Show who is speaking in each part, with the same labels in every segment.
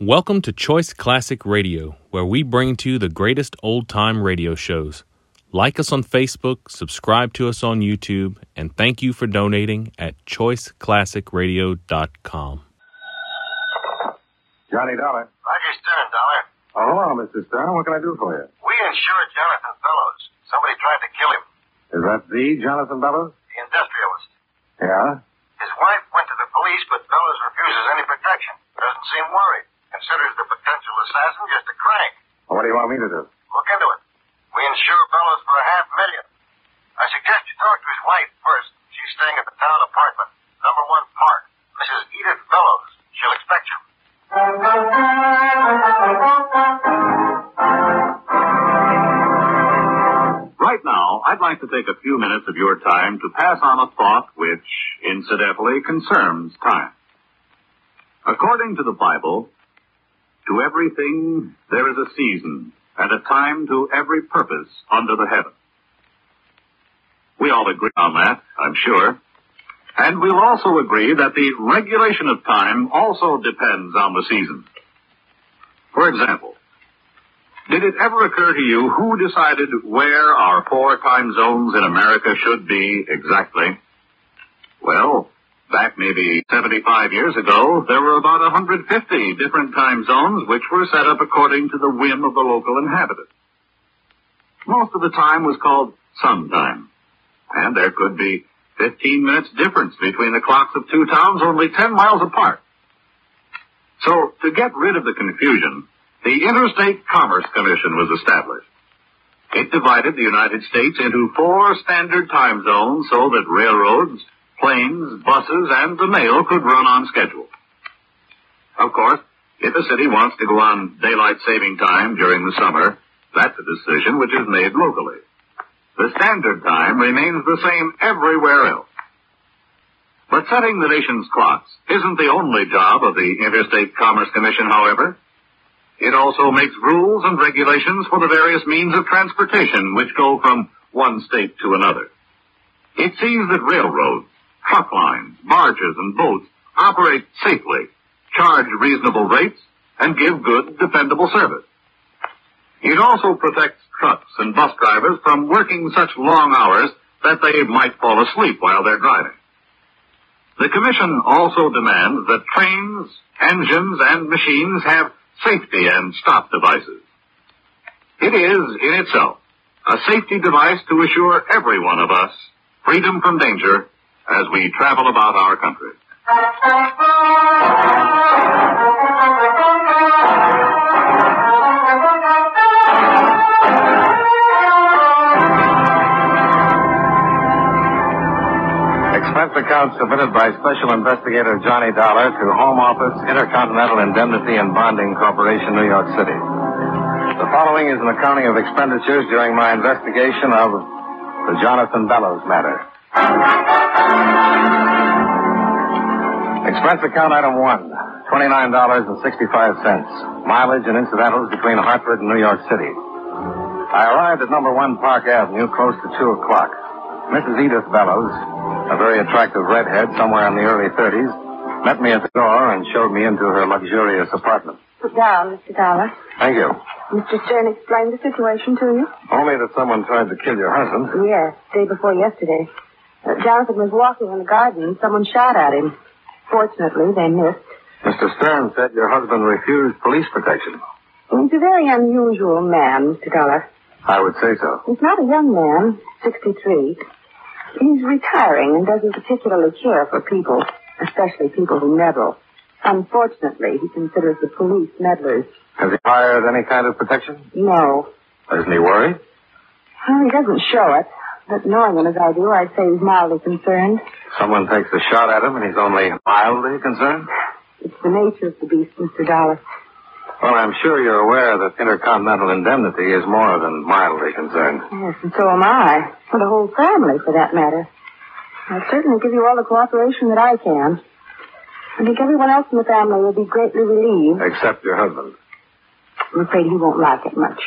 Speaker 1: Welcome to Choice Classic Radio, where we bring to you the greatest old time radio shows. Like us on Facebook, subscribe to us on YouTube, and thank you for donating at choiceclassicradio.com.
Speaker 2: Johnny Dollar.
Speaker 3: Roger Stern, Dollar.
Speaker 2: Oh, hello, Mr. Stern. What can I do for you?
Speaker 3: We insured Jonathan Fellows. Somebody tried to kill him,
Speaker 2: Is that the Jonathan Bellows?
Speaker 3: the industrialist.
Speaker 2: Yeah.
Speaker 3: His wife went to the police, but Fellows refuses any protection. Doesn't seem worried. Considers the potential assassin just a crank.
Speaker 2: Well, what do you want me to do?
Speaker 3: Look into it. We insure Fellows for a half million. I suggest you talk to his wife first. She's staying at the town apartment, number one park. Mrs. Edith Fellows. She'll expect you.
Speaker 4: Right now, I'd like to take a few minutes of your time to pass on a thought which, incidentally, concerns time. According to the Bible, to everything there is a season and a time to every purpose under the heaven. We all agree on that, I'm sure. And we'll also agree that the regulation of time also depends on the season. For example, did it ever occur to you who decided where our four time zones in America should be exactly? Well, back maybe 75 years ago, there were about 150 different time zones which were set up according to the whim of the local inhabitants. Most of the time was called sun time. And there could be 15 minutes difference between the clocks of two towns only 10 miles apart. So, to get rid of the confusion, the Interstate Commerce Commission was established. It divided the United States into four standard time zones so that railroads, planes, buses, and the mail could run on schedule. Of course, if a city wants to go on daylight saving time during the summer, that's a decision which is made locally. The standard time remains the same everywhere else. But setting the nation's clocks isn't the only job of the Interstate Commerce Commission, however. It also makes rules and regulations for the various means of transportation which go from one state to another. It sees that railroads, truck lines, barges, and boats operate safely, charge reasonable rates, and give good, dependable service. It also protects trucks and bus drivers from working such long hours that they might fall asleep while they're driving. The Commission also demands that trains, engines, and machines have safety and stop devices. It is, in itself, a safety device to assure every one of us freedom from danger as we travel about our country.
Speaker 2: Expense account submitted by Special Investigator Johnny Dollar to Home Office Intercontinental Indemnity and Bonding Corporation, New York City. The following is an accounting of expenditures during my investigation of the Jonathan Bellows matter. Expense account item one, $29.65. Mileage and incidentals between Hartford and New York City. I arrived at number one Park Avenue close to two o'clock. Mrs. Edith Bellows, a very attractive redhead somewhere in the early 30s, met me at the door and showed me into her luxurious apartment.
Speaker 5: Sit down, Mr. Dollar.
Speaker 2: Thank you.
Speaker 5: Mr. Stern explained the situation to you?
Speaker 2: Only that someone tried to kill your husband.
Speaker 5: Yes, day before yesterday. Uh, Jonathan was walking in the garden and someone shot at him. Fortunately, they missed.
Speaker 2: Mr. Stern said your husband refused police protection.
Speaker 5: He's a very unusual man, Mr. Dollar.
Speaker 2: I would say so.
Speaker 5: He's not a young man, 63. He's retiring and doesn't particularly care for people, especially people who meddle. Unfortunately, he considers the police meddlers.
Speaker 2: Has he hired any kind of protection?
Speaker 5: No.
Speaker 2: Isn't he worried?
Speaker 5: Well, he doesn't show it, but knowing him as I do, I'd say he's mildly concerned.
Speaker 2: Someone takes a shot at him and he's only mildly concerned?
Speaker 5: It's the nature of the beast, Mr. Dollar.
Speaker 2: Well, I'm sure you're aware that intercontinental indemnity is more than mildly concerned.
Speaker 5: Yes, and so am I. For the whole family, for that matter. I'll certainly give you all the cooperation that I can. I think everyone else in the family will be greatly relieved.
Speaker 2: Except your husband.
Speaker 5: I'm afraid he won't like it much.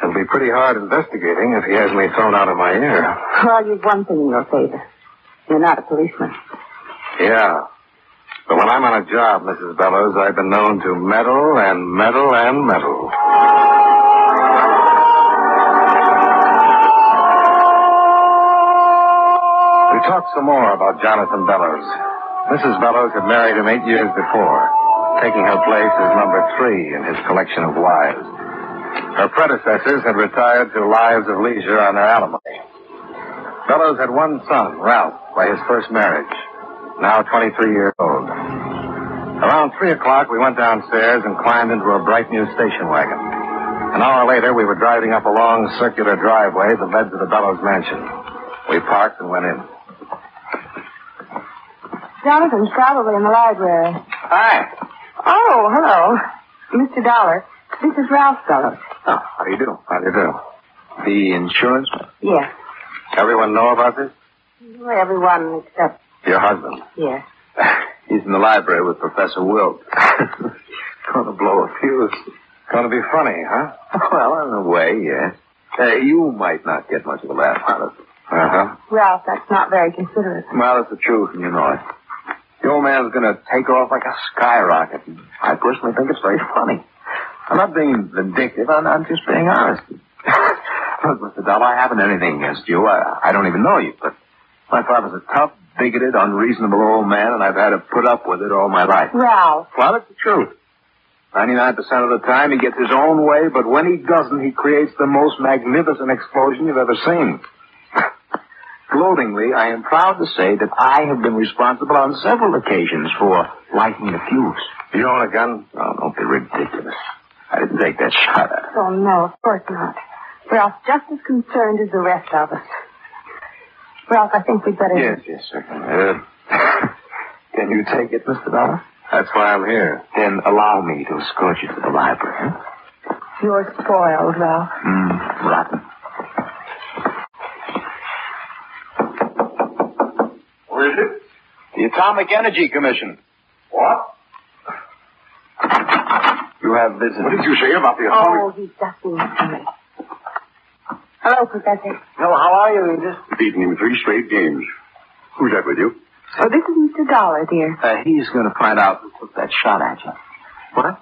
Speaker 2: It'll be pretty hard investigating if he has me thrown out of my ear.
Speaker 5: Well, you've one thing in your favor. You're not a policeman.
Speaker 2: Yeah. But when I'm on a job, Mrs. Bellows, I've been known to meddle and meddle and meddle. We talked some more about Jonathan Bellows. Mrs. Bellows had married him eight years before, taking her place as number three in his collection of wives. Her predecessors had retired to lives of leisure on their alimony. Bellows had one son, Ralph, by his first marriage, now 23 years old. Around 3 o'clock, we went downstairs and climbed into a bright new station wagon. An hour later, we were driving up a long circular driveway that led to the Bellows mansion. We parked and went in.
Speaker 5: Jonathan's probably in the library.
Speaker 2: Hi.
Speaker 5: Oh, hello. Mr. Dollar, this is Ralph Bellows.
Speaker 2: Oh, how do you do? How do you do? The insurance?
Speaker 5: Yes.
Speaker 2: Everyone know about this?
Speaker 5: Well, everyone except,
Speaker 2: Your husband.
Speaker 5: yes.
Speaker 2: He's in the library with Professor Wilt. Gonna blow a fuse. Gonna be funny, huh? Well, in a way, yes. you might not get much of a laugh out of it. Uh huh.
Speaker 5: Ralph, that's not very considerate.
Speaker 2: Well, it's the truth, and you know it. The old man's gonna take off like a skyrocket. and I personally think it's very funny. I'm not being vindictive. I'm, I'm just being honest. Look, Mr. Dollar, I haven't anything against you. I, I don't even know you, but my father's a tough, bigoted, unreasonable old man, and I've had to put up with it all my life.
Speaker 5: Ralph,
Speaker 2: Well, it's the truth. 99% of the time, he gets his own way, but when he doesn't, he creates the most magnificent explosion you've ever seen. Gloatingly, I am proud to say that I have been responsible on several occasions for lighting the fuse. You own a gun? Oh, don't be ridiculous. I didn't take that shot at
Speaker 5: oh no, of course not. Ralph's just as concerned as the rest of us. Ralph, I think we'd better.
Speaker 2: Yes, yes, sir. Uh, can you take it, Mr. Dollar? That's why I'm here. Then allow me to escort you to the library. Huh?
Speaker 5: You're spoiled, Ralph.
Speaker 2: Mm, rotten. Where is it? The Atomic Energy Commission. What? You have visitors. What did you say about the
Speaker 5: Oh, he's dusting his stomach. Hello, Professor.
Speaker 2: Well, how are you, Edith? Beaten him three straight games. Who's that with you?
Speaker 5: Oh, this is Mr. Dollar, dear.
Speaker 2: Uh, he's going to find out who took that shot at you. What?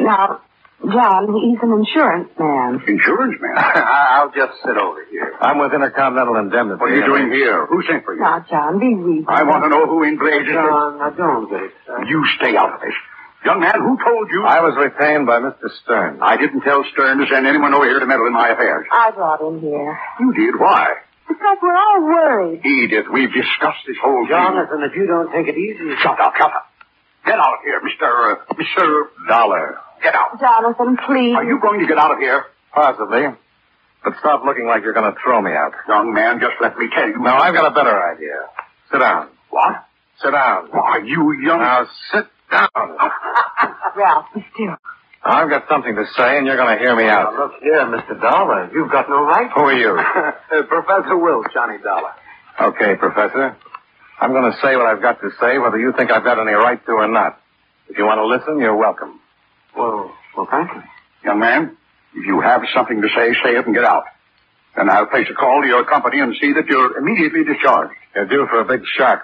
Speaker 5: Now, John, he's an insurance man.
Speaker 2: Insurance man. I'll just sit over here. I'm with Intercontinental Indemnity. What are you doing here? Who sent for you?
Speaker 5: Now, John, be reasonable.
Speaker 2: I want to know who in blazes.
Speaker 6: John, I don't get it.
Speaker 2: You stay out of this. Young man, who told you? I was retained by Mr. Stern. I didn't tell Stern to send anyone over here to meddle in my affairs.
Speaker 5: I brought him here.
Speaker 2: You did. Why?
Speaker 5: Because we're all worried.
Speaker 2: Edith, we've discussed this whole
Speaker 6: Jonathan, if you don't take it easy.
Speaker 2: thing. Shut up, shut up. Get out of here, Mr. Uh, Mr. Dollar. Get out.
Speaker 5: Jonathan, please.
Speaker 2: Are you going to get out of here? Possibly. But stop looking like you're going to throw me out. Young man, just let me tell you. No, I've got a better idea. Sit down. What? Sit down. Why, you young... Now, sit down.
Speaker 5: Ralph, be still.
Speaker 2: I've got something to say, and you're going to hear me
Speaker 6: Now,
Speaker 2: out.
Speaker 6: look here, Mr. Dollar. You've got no right.
Speaker 2: Who are you? Oh.
Speaker 6: Uh, Professor Will, Johnny Dollar.
Speaker 2: Okay, Professor. I'm going to say what I've got to say, whether you think I've got any right to or not. If you want to listen, you're welcome.
Speaker 6: Well, well, thank you.
Speaker 2: Young man, if you have something to say, say it and get out. Then I'll place a call to your company and see that you're immediately discharged. You're due for a big shock.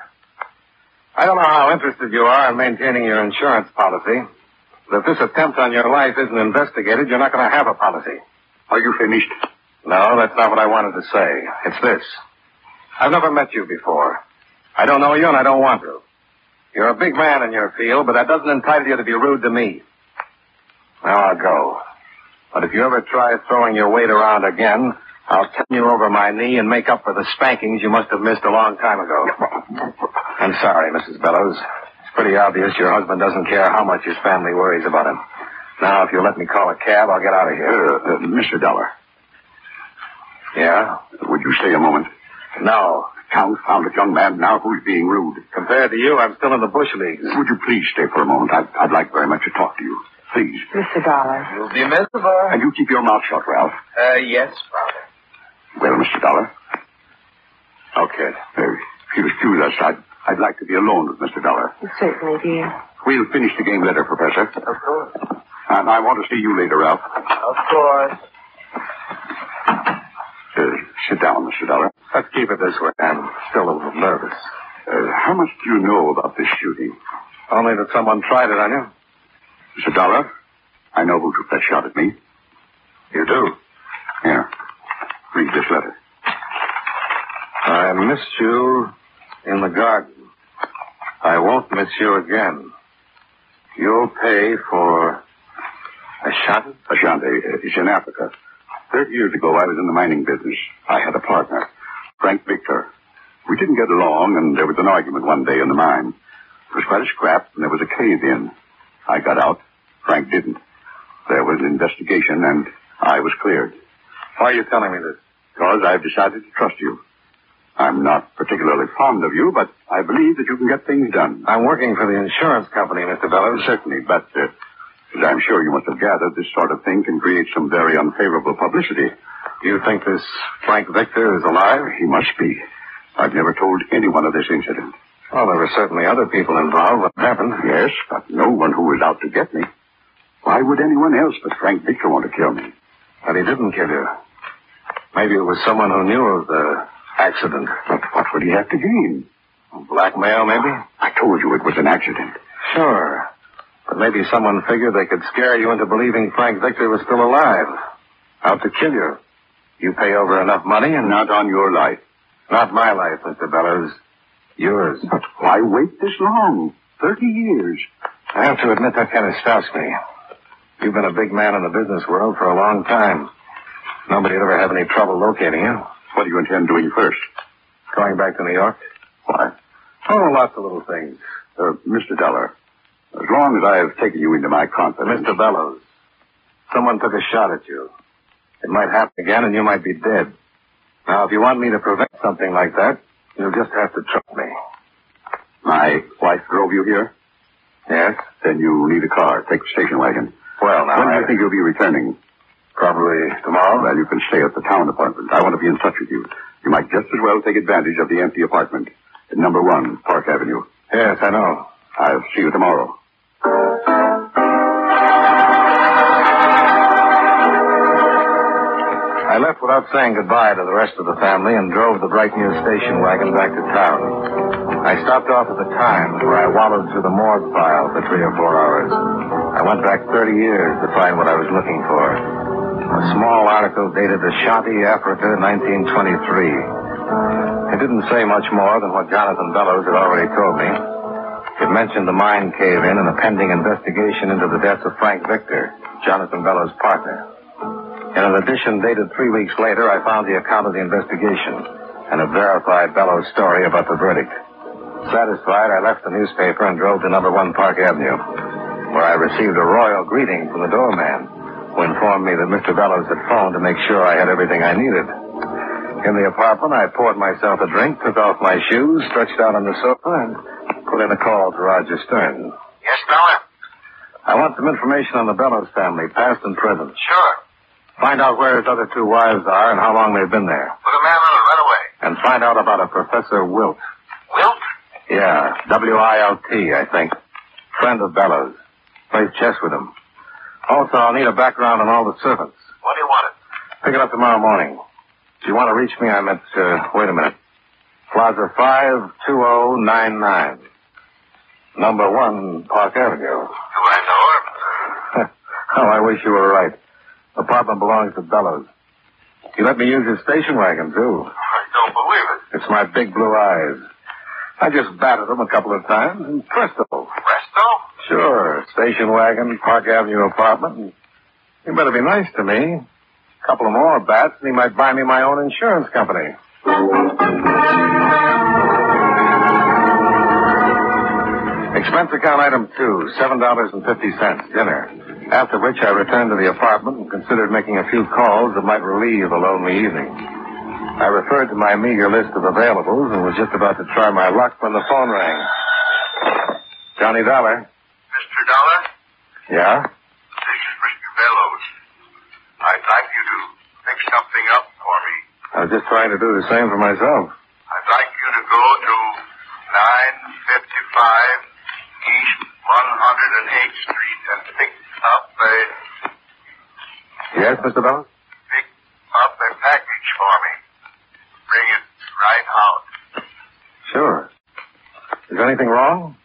Speaker 2: I don't know how interested you are in maintaining your insurance policy, but if this attempt on your life isn't investigated, you're not going to have a policy. Are you finished? No, that's not what I wanted to say. It's this. I've never met you before. I don't know you and I don't want to. You're a big man in your field, but that doesn't entitle you to be rude to me. Now I'll go. But if you ever try throwing your weight around again, I'll turn you over my knee and make up for the spankings you must have missed a long time ago. I'm sorry, Mrs. Bellows. It's pretty obvious your husband doesn't care how much his family worries about him. Now, if you'll let me call a cab, I'll get out of here. Uh, Mr. Dollar. Yeah? Would you stay a moment? No. Confound it, young man. Now who's being rude? Compared to you, I'm still in the bush leagues. Would you please stay for a moment? I'd, I'd like very much to talk to you. Please.
Speaker 5: Mr. Dollar.
Speaker 2: You'll be miserable. And you keep your mouth shut, Ralph. Uh, yes, Father. Well, Mr. Dollar. Uh, Okay. if you'll excuse us, I'd, I'd like to be alone with Mr. Dollar.
Speaker 5: Certainly, dear.
Speaker 2: We'll finish the game later, Professor. Of course. And I want to see you later, Ralph.
Speaker 6: Of course.
Speaker 2: Uh, sit down, Mr. Dollar. Let's keep it this way. I'm still a little nervous. Uh, how much do you know about this shooting? Only that someone tried it on you.
Speaker 4: Mr. Dollar, I know who took that shot at me.
Speaker 2: You do.
Speaker 4: Here, read this letter.
Speaker 2: I missed you in the garden. I won't miss you again. You'll pay for
Speaker 4: Ashanti? Ashanti. uh, It's in Africa. Thirty years ago, I was in the mining business. I had a partner, Frank Victor. We didn't get along, and there was an argument one day in the mine. It was quite a scrap, and there was a cave in. I got out. Frank didn't. There was an investigation, and I was cleared.
Speaker 2: Why are you telling me this?
Speaker 4: Because I've decided to trust you. I'm not particularly fond of you, but I believe that you can get things done.
Speaker 2: I'm working for the insurance company, Mr. Bellows.
Speaker 4: Certainly, but uh, as I'm sure you must have gathered, this sort of thing can create some very unfavorable publicity.
Speaker 2: Do you think this Frank Victor is alive?
Speaker 4: He must be. I've never told anyone of this incident.
Speaker 2: Well, there were certainly other people involved. What happened?
Speaker 4: Yes, but no one who was out to get me. Why would anyone else but Frank Victor want to kill me?
Speaker 2: But he didn't kill you. Maybe it was someone who knew of the accident.
Speaker 4: But what would he have to gain?
Speaker 2: Blackmail, maybe?
Speaker 4: I told you it was an accident.
Speaker 2: Sure. But maybe someone figured they could scare you into believing Frank Victor was still alive. Out to kill you. You pay over enough money and
Speaker 4: Not on your life.
Speaker 2: not my life, Mr. Bellows. Yours.
Speaker 4: But why wait this long? Thirty years.
Speaker 2: I have to admit that kind of stops me. You've been a big man in the business world for a long time. Nobody'd ever have any trouble locating you.
Speaker 4: What do you intend doing first?
Speaker 2: Going back to New York?
Speaker 4: Why?
Speaker 2: Oh, lots of little things.
Speaker 4: Uh, Mr. Dollar, as long as I have taken you into my confidence.
Speaker 2: Mr. Bellows, someone took a shot at you. It might happen again and you might be dead. Now, if you want me to prevent something like that, you'll just have to trust me.
Speaker 4: My wife drove you here?
Speaker 2: Yes?
Speaker 4: Then you need a car. Take the station wagon.
Speaker 2: Well, now,
Speaker 4: when do
Speaker 2: I
Speaker 4: you think you'll be returning?
Speaker 2: probably tomorrow.
Speaker 4: Well, you can stay at the town apartment. I want to be in touch with you. You might just as well take advantage of the empty apartment at number one, Park Avenue.
Speaker 2: Yes, I know.
Speaker 4: I'll see you tomorrow.
Speaker 2: I left without saying goodbye to the rest of the family and drove the Bright News station wagon back to town. I stopped off at the Times where I wallowed through the morgue file for three or four hours. I went back 30 years to find what I was looking for. A small article dated Ashanti, Africa, 1923. It didn't say much more than what Jonathan Bellows had already told me. It mentioned the mine cave-in and a pending investigation into the death of Frank Victor, Jonathan Bellows' partner. In an edition dated three weeks later, I found the account of the investigation and have verified Bellows' story about the verdict. Satisfied, I left the newspaper and drove to number one Park Avenue, where I received a royal greeting from the doorman, who informed me that Mr. Bellows had phoned to make sure I had everything I needed. In the apartment, I poured myself a drink, took off my shoes, stretched out on the sofa, and put in a call to Roger Stern.
Speaker 3: Yes, Dollar?
Speaker 2: I want some information on the Bellows family, past and present.
Speaker 3: Sure.
Speaker 2: Find out where his other two wives are and how long they've been there.
Speaker 3: Put a man on it right away.
Speaker 2: And find out about a Professor Wilt.
Speaker 3: Wilt?
Speaker 2: Yeah, W-I-L-T, I think. Friend of Bellows. Plays chess with him. Also, I'll need a background on all the servants.
Speaker 3: What do you want it?
Speaker 2: Pick it up tomorrow morning. If you want to reach me, I'm at, uh, wait a minute. Plaza 52099. Number one, Park Avenue.
Speaker 3: Do I know her?
Speaker 2: oh, I wish you were right. Apartment belongs to Bellows. You let me use his station wagon, too.
Speaker 3: I don't believe it.
Speaker 2: It's my big blue eyes. I just batted them a couple of times and presto.
Speaker 3: Presto?
Speaker 2: Sure, station wagon, Park Avenue apartment. and You better be nice to me. A couple of more bats, and he might buy me my own insurance company. Expense account item two, seven dollars and fifty cents, dinner. After which I returned to the apartment and considered making a few calls that might relieve a lonely evening. I referred to my meager list of availables and was just about to try my luck when the phone rang. Johnny Dollar.
Speaker 3: Mr. Dollar?
Speaker 2: Yeah?
Speaker 3: This is Mr. Bellows. I'd like you to pick something up for me.
Speaker 2: I was just trying to do the same for myself.
Speaker 3: I'd like you to go to 955 East 108th Street and pick up a
Speaker 2: Yes, Mr. Bellows?
Speaker 3: pick up a package for me. Bring it right out.
Speaker 2: Sure. Is there anything wrong?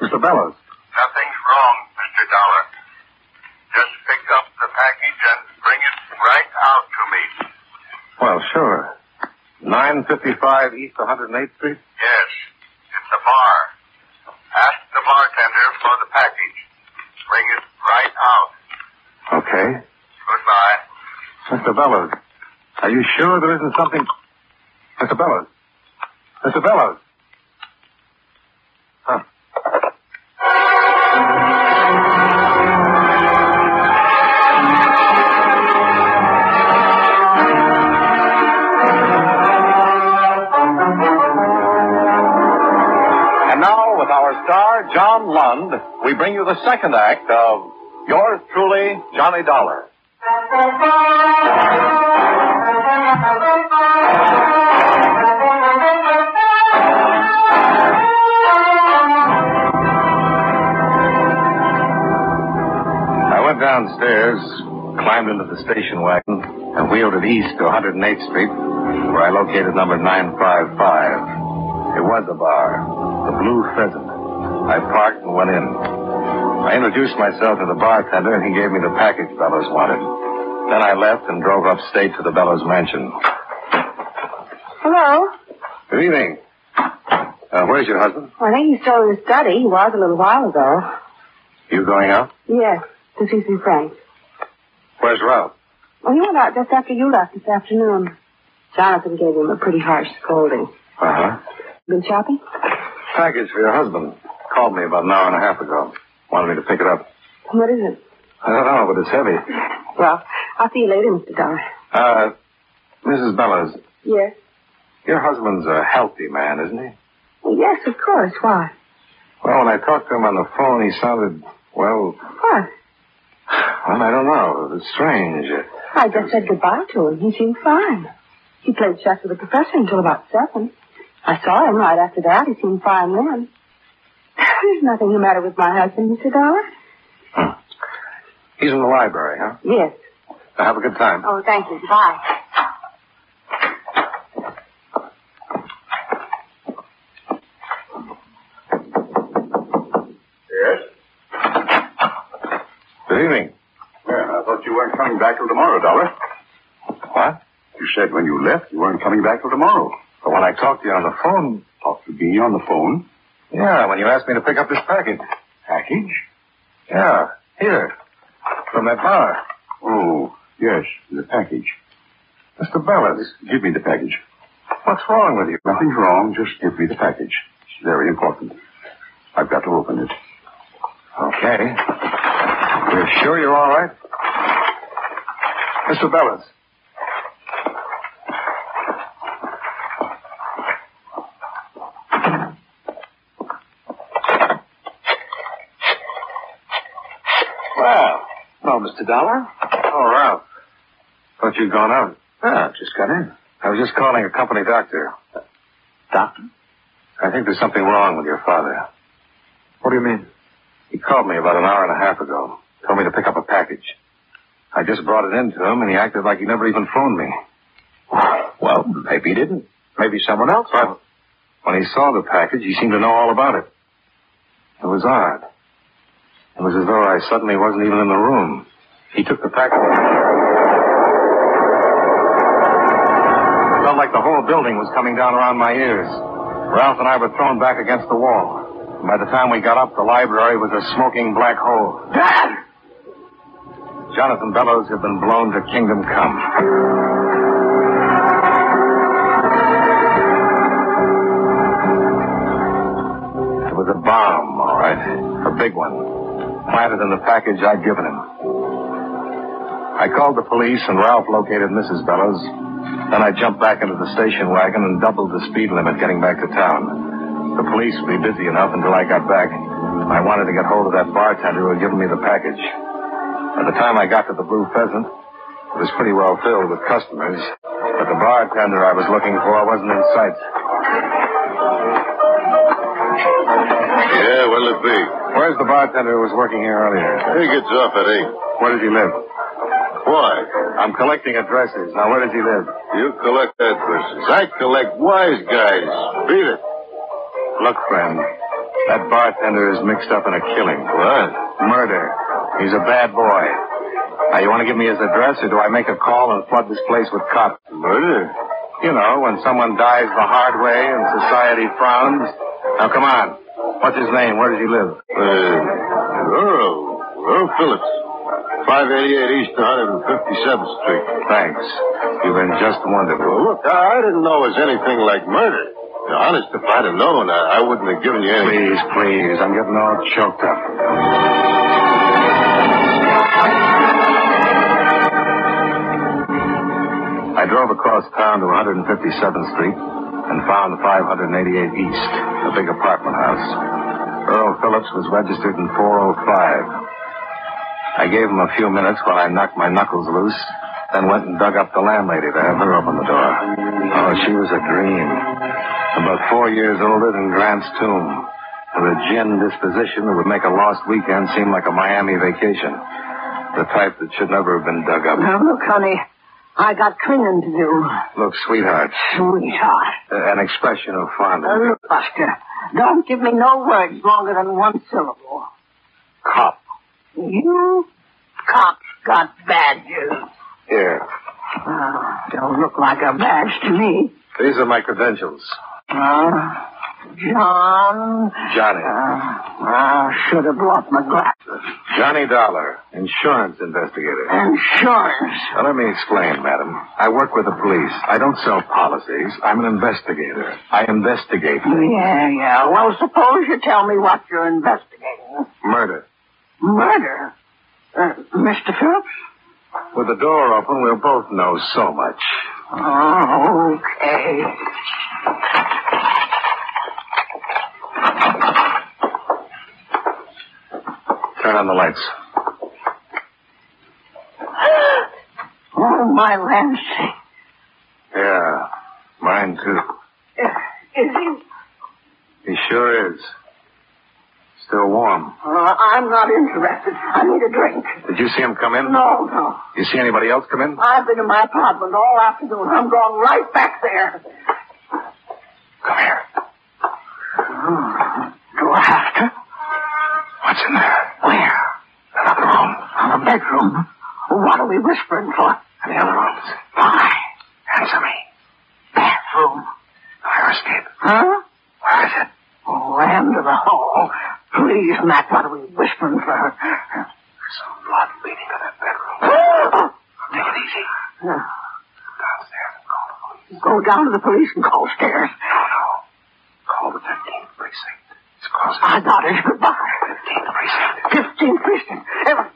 Speaker 2: Mr. Bellows?
Speaker 3: Nothing's wrong, Mr. Dollar. Just pick up the package and bring it right out to me.
Speaker 2: Well, sure. 955 East 108th Street?
Speaker 3: Yes, it's a bar. Ask the bartender for the package. Bring it right out.
Speaker 2: Okay.
Speaker 3: Goodbye.
Speaker 2: Mr. Bellows, are you sure there isn't something? Mr. Bellows? Mr. Bellows? Huh.
Speaker 6: And now, with our star, John Lund, we bring you the second act of Yours Truly, Johnny Dollar.
Speaker 2: I went downstairs, climbed into the station wagon, and wheeled it east to 108th Street, where I located number 955. It was a bar, the Blue Pheasant. I parked and went in. I introduced myself to the bartender, and he gave me the package Bellows wanted. Then I left and drove upstate to the Bellows mansion.
Speaker 5: Hello?
Speaker 2: Good evening. Uh, where's your husband?
Speaker 5: Well, I think he's still in the study. He was a little while ago.
Speaker 2: You going out?
Speaker 5: Yes, to see some friends.
Speaker 2: Where's Ralph?
Speaker 5: Well, he went out just after you left this afternoon. Jonathan gave him a pretty harsh scolding.
Speaker 2: Uh huh.
Speaker 5: Been shopping?
Speaker 2: Package for your husband. Called me about an hour and a half ago. Wanted me to pick it up.
Speaker 5: What is it?
Speaker 2: I don't know, but it's heavy.
Speaker 5: Well, I'll see you later, Mr. Dollar.
Speaker 2: Uh, Mrs. Bellows,
Speaker 5: Yes?
Speaker 2: your husband's a healthy man, isn't he?
Speaker 5: Well, yes, of course. Why?
Speaker 2: Well, when I talked to him on the phone, he sounded, well,
Speaker 5: What?
Speaker 2: well, I don't know. It was strange.
Speaker 5: I just said goodbye to him. He seemed fine. He played chess with the professor until about seven. I saw him right after that. He seemed fine then. There's nothing the matter with my husband, Mr. Dollar.
Speaker 2: He's in the library, huh?
Speaker 5: Yes.
Speaker 2: Now, have a good time.
Speaker 5: Oh, thank you. Bye.
Speaker 4: Yes?
Speaker 2: Good evening.
Speaker 4: Well, I thought you weren't coming back till tomorrow, Dollar.
Speaker 2: What?
Speaker 4: You said when you left you weren't coming back till tomorrow.
Speaker 2: But when I talked to you on the phone,
Speaker 4: Talked to me on the phone.
Speaker 2: yeah, when you asked me to pick up this package.
Speaker 4: Package?
Speaker 2: Yeah, here. From that bar.
Speaker 4: Oh, yes, the package.
Speaker 2: Mr. Bellows,
Speaker 4: Give me the package.
Speaker 2: what's wrong with you?
Speaker 4: Nothing's wrong. Just give me the package. It's very important. I've got to open it.
Speaker 2: Okay. You're sure you're all right? Mr. Bellows.
Speaker 6: Well, well, Mr. Dollar.
Speaker 2: Oh, Ralph. Thought you'd gone out.
Speaker 6: Ah, just got in.
Speaker 2: I was just calling a company doctor.
Speaker 6: Doctor?
Speaker 2: I think there's something wrong with your father.
Speaker 6: What do you mean?
Speaker 2: He called me about an hour and a half ago. Told me to pick up a package. I just brought it in to him, and he acted like he never even phoned me.
Speaker 6: Well, maybe he didn't. Maybe someone else.
Speaker 2: But when he saw the package, he seemed to know all about it. It was odd. It was as though I suddenly wasn't even in the room. He took the package. It felt like the whole building was coming down around my ears. Ralph and I were thrown back against the wall. And by the time we got up, the library was a smoking black hole.
Speaker 6: Dad!
Speaker 2: Jonathan Bellows had been blown to kingdom come. It was a bomb, all right. A big one. Planted in the package I'd given him. I called the police and Ralph located Mrs. Bellows. Then I jumped back into the station wagon and doubled the speed limit getting back to town. The police would be busy enough until I got back. I wanted to get hold of that bartender who had given me the package. By the time I got to the Blue Pheasant, it was pretty well filled with customers, but the bartender I was looking for wasn't in sight.
Speaker 3: Yeah, well, it be.
Speaker 2: Where's the bartender who was working here earlier?
Speaker 3: He gets off at eight.
Speaker 2: Where does he live?
Speaker 3: Why?
Speaker 2: I'm collecting addresses. Now, where does he live?
Speaker 3: You collect addresses. I collect wise guys. Beat it.
Speaker 2: Look, friend, That bartender is mixed up in a killing. What? Murder. He's a bad boy. Now, you want to give me his address, or do I make a call and flood this place with cops? Murder? You know, when someone dies the hard way and society frowns. Now, come on. What's his name? Where does he live? Uh, Earl. Earl Phillips. 588 East 157th Street. Thanks. You've been just wonderful. look, I didn't know it was anything like murder. Now, honest, if I'd have known, I, I wouldn't have given you any. Please, please. I'm getting all choked up. I drove across town to 157th Street and found 588 East, a big apartment house. Earl Phillips was registered in 405. I gave him a few minutes while I knocked my knuckles loose, then went and dug up the landlady to have her open the door. Oh, she was a dream. About four years older than Grant's tomb, with a gin disposition that would make a lost weekend seem like a Miami vacation. The type that should never have been dug up.
Speaker 5: Now, look, honey, I got clinging to you.
Speaker 2: Look, sweetheart,
Speaker 5: Sweetheart.
Speaker 2: an expression of
Speaker 5: Now,
Speaker 2: fondness.
Speaker 5: look, Buster, don't give me no words longer than one syllable.
Speaker 2: Cop.
Speaker 5: You cops got badges.
Speaker 2: Here.
Speaker 5: Oh, don't look like a badge to me.
Speaker 2: These are my credentials.
Speaker 5: Uh, John.
Speaker 2: Johnny.
Speaker 5: Uh, I should have brought my glasses.
Speaker 2: Johnny Dollar, insurance investigator.
Speaker 5: Insurance.
Speaker 2: Now, let me explain, madam. I work with the police. I don't sell policies. I'm an investigator. I investigate
Speaker 5: Yeah, yeah. Well, suppose you tell me what you're investigating.
Speaker 2: murder.
Speaker 5: Murder. Uh, Mr. Phillips?
Speaker 2: With the door open, we'll both know so much.
Speaker 5: Oh, okay.
Speaker 2: Turn on the lights.
Speaker 5: Oh, my Lancy.
Speaker 2: Yeah, mine too.
Speaker 5: Is he?
Speaker 2: He sure is. Still warm.
Speaker 5: Uh, I'm not interested. I need a drink.
Speaker 2: Did you see him come in?
Speaker 5: No, no.
Speaker 2: You see anybody else come in?
Speaker 5: I've been in my apartment all afternoon. I'm going right back there.
Speaker 2: Come here.
Speaker 5: Hmm. Go after?
Speaker 2: What's in there?
Speaker 5: Where?
Speaker 2: Another room.
Speaker 5: On the bedroom. What are we whispering for?
Speaker 2: Any other rooms?
Speaker 5: Why?
Speaker 2: Answer me.
Speaker 5: Bathroom.
Speaker 2: Fire escape.
Speaker 5: Huh?
Speaker 2: Where is it?
Speaker 5: Oh, and the hall. Please, Matt, what are we whispering for?
Speaker 2: There's some blood leading to that bedroom. Take it easy. Downstairs and call the police.
Speaker 5: Go down to the police and call stairs.
Speaker 2: No, no. Call the 15th precinct. It's close.
Speaker 5: I got it. Goodbye.
Speaker 2: 15th precinct.
Speaker 5: Fifteen Christian.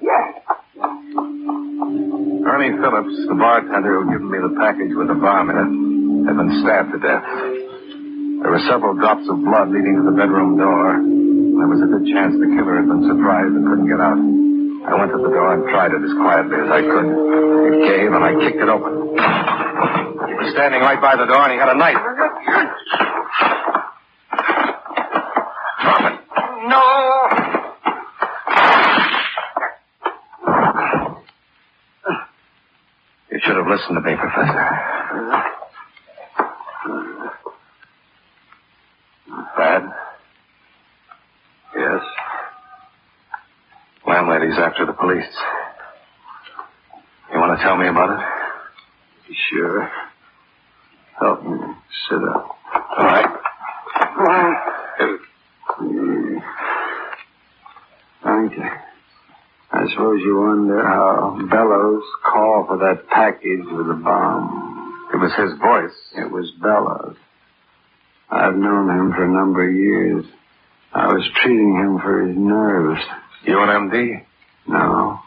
Speaker 5: Yes.
Speaker 2: Ernie Phillips, the bartender who'd given me the package with the bomb in it, had been stabbed to death. There were several drops of blood leading to the bedroom door. There was a good chance the killer had been surprised and couldn't get out. I went to the door and tried it as quietly as I could. It gave, and I kicked it open. He was standing right by the door, and he had a knife. Drop it. You should have listened to me, Professor. Bad? Yes. Landlady's after the police. You want to tell me about it? Sure. Help me sit up. All right.
Speaker 7: Thank you. I suppose you wonder how Bellows called for that package with the bomb.
Speaker 2: It was his voice.
Speaker 7: It was Bellows. I've known him for a number of years. I was treating him for his nerves.
Speaker 2: You an MD?
Speaker 7: No.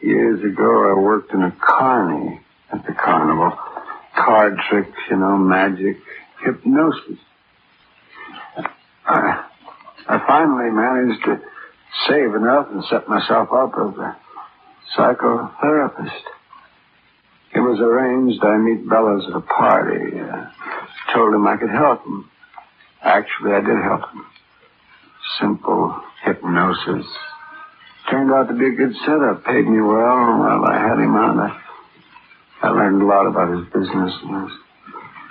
Speaker 7: Years ago, I worked in a carny at the carnival. Card tricks, you know, magic, hypnosis. I, I finally managed to save enough and set myself up as a psychotherapist. It was arranged I meet Bellows at a party. Uh, told him I could help him. Actually, I did help him. Simple hypnosis, Turned out to be a good setup. Paid me well while I had him on. I, I learned a lot about his business and his,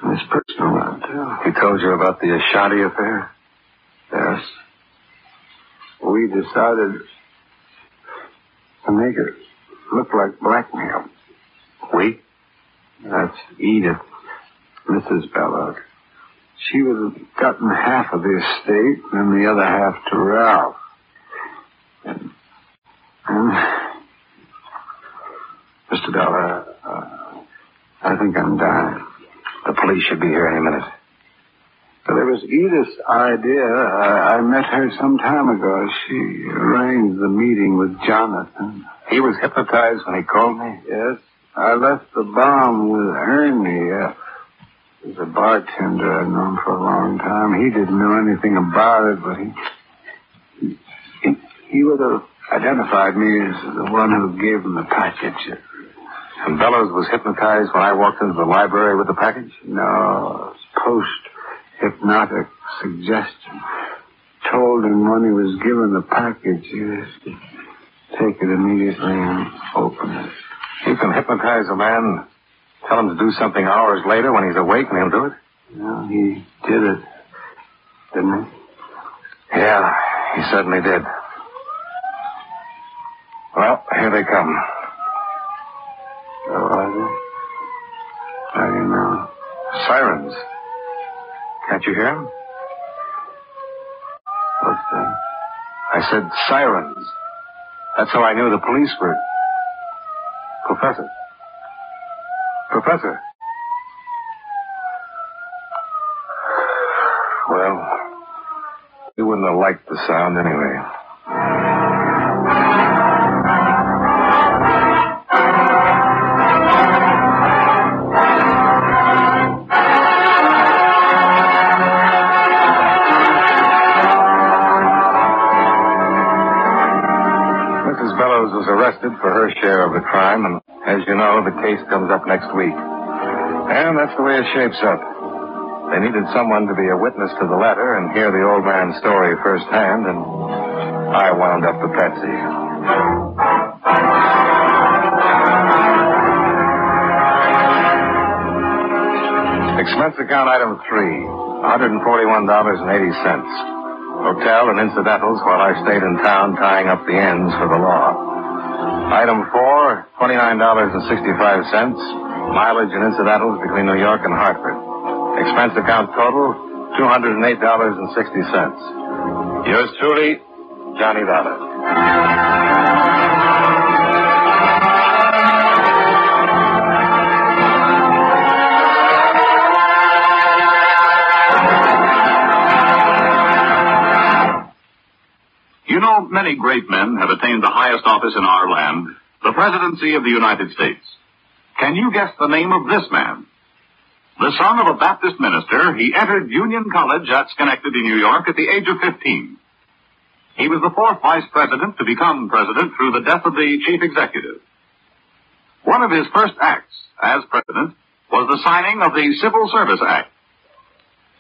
Speaker 7: and his personal life, too.
Speaker 2: He told you about the Ashanti affair?
Speaker 7: Yes.
Speaker 8: we decided to make it look like blackmail.
Speaker 4: We?
Speaker 8: That's Edith, Mrs. Ballard. She would have gotten half of the estate and the other half to Ralph. And, and Mr. Dollar, uh, I think I'm dying.
Speaker 2: The police should be here any minute.
Speaker 8: But it was Edith's idea. I, I met her some time ago. She arranged the meeting with Jonathan.
Speaker 2: He was hypnotized when he called me.
Speaker 8: Yes, I left the bomb with Ernie. Uh, he's a bartender I've known for a long time. He didn't know anything about it, but he he, he would have identified me as the one who gave him the package.
Speaker 2: And Bellows was hypnotized when I walked into the library with the package?
Speaker 8: No, post hypnotic suggestion. Told him when he was given the package, he was to take it immediately and open it.
Speaker 2: You can hypnotize a man, tell him to do something hours later when he's awake, and he'll do it.
Speaker 8: No, he did it, didn't he?
Speaker 2: Yeah, he certainly did. Well, here they come.
Speaker 8: Oh, are they? How do you know?
Speaker 2: uh, Sirens. Can't you hear 'em?
Speaker 8: What's that?
Speaker 2: I said sirens. That's how I knew the police were. Professor. Professor. Well, you wouldn't have liked the sound anyway. Mrs. Bellows was arrested for her share of the crime, and as you know, the case comes up next week. And that's the way it shapes up. They needed someone to be a witness to the latter and hear the old man's story firsthand, and I wound up the patsy. Expense account item three, $141.80 hotel and incidentals while I stayed in town tying up the ends for the law. Item four, $29.65, mileage and incidentals between New York and Hartford. Expense account total, $208.60. Yours truly, Johnny Dollar.
Speaker 4: You know, many great men have attained the highest office in our land, the presidency of the United States. Can you guess the name of this man? The son of a Baptist minister, he entered Union College at Schenectady, New York at the age of 15. He was the fourth vice president to become president through the death of the chief executive. One of his first acts as president was the signing of the Civil Service Act.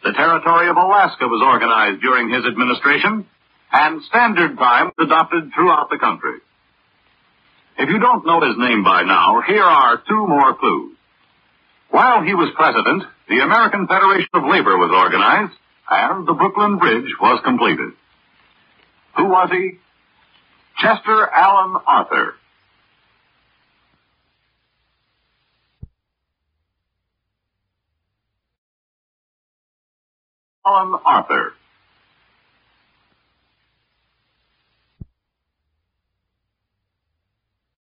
Speaker 4: The territory of Alaska was organized during his administration and standard time was adopted throughout the country. If you don't know his name by now, here are two more clues. While he was president, the American Federation of Labor was organized, and the Brooklyn Bridge was completed. Who was he? Chester Allen Arthur. Allen Arthur.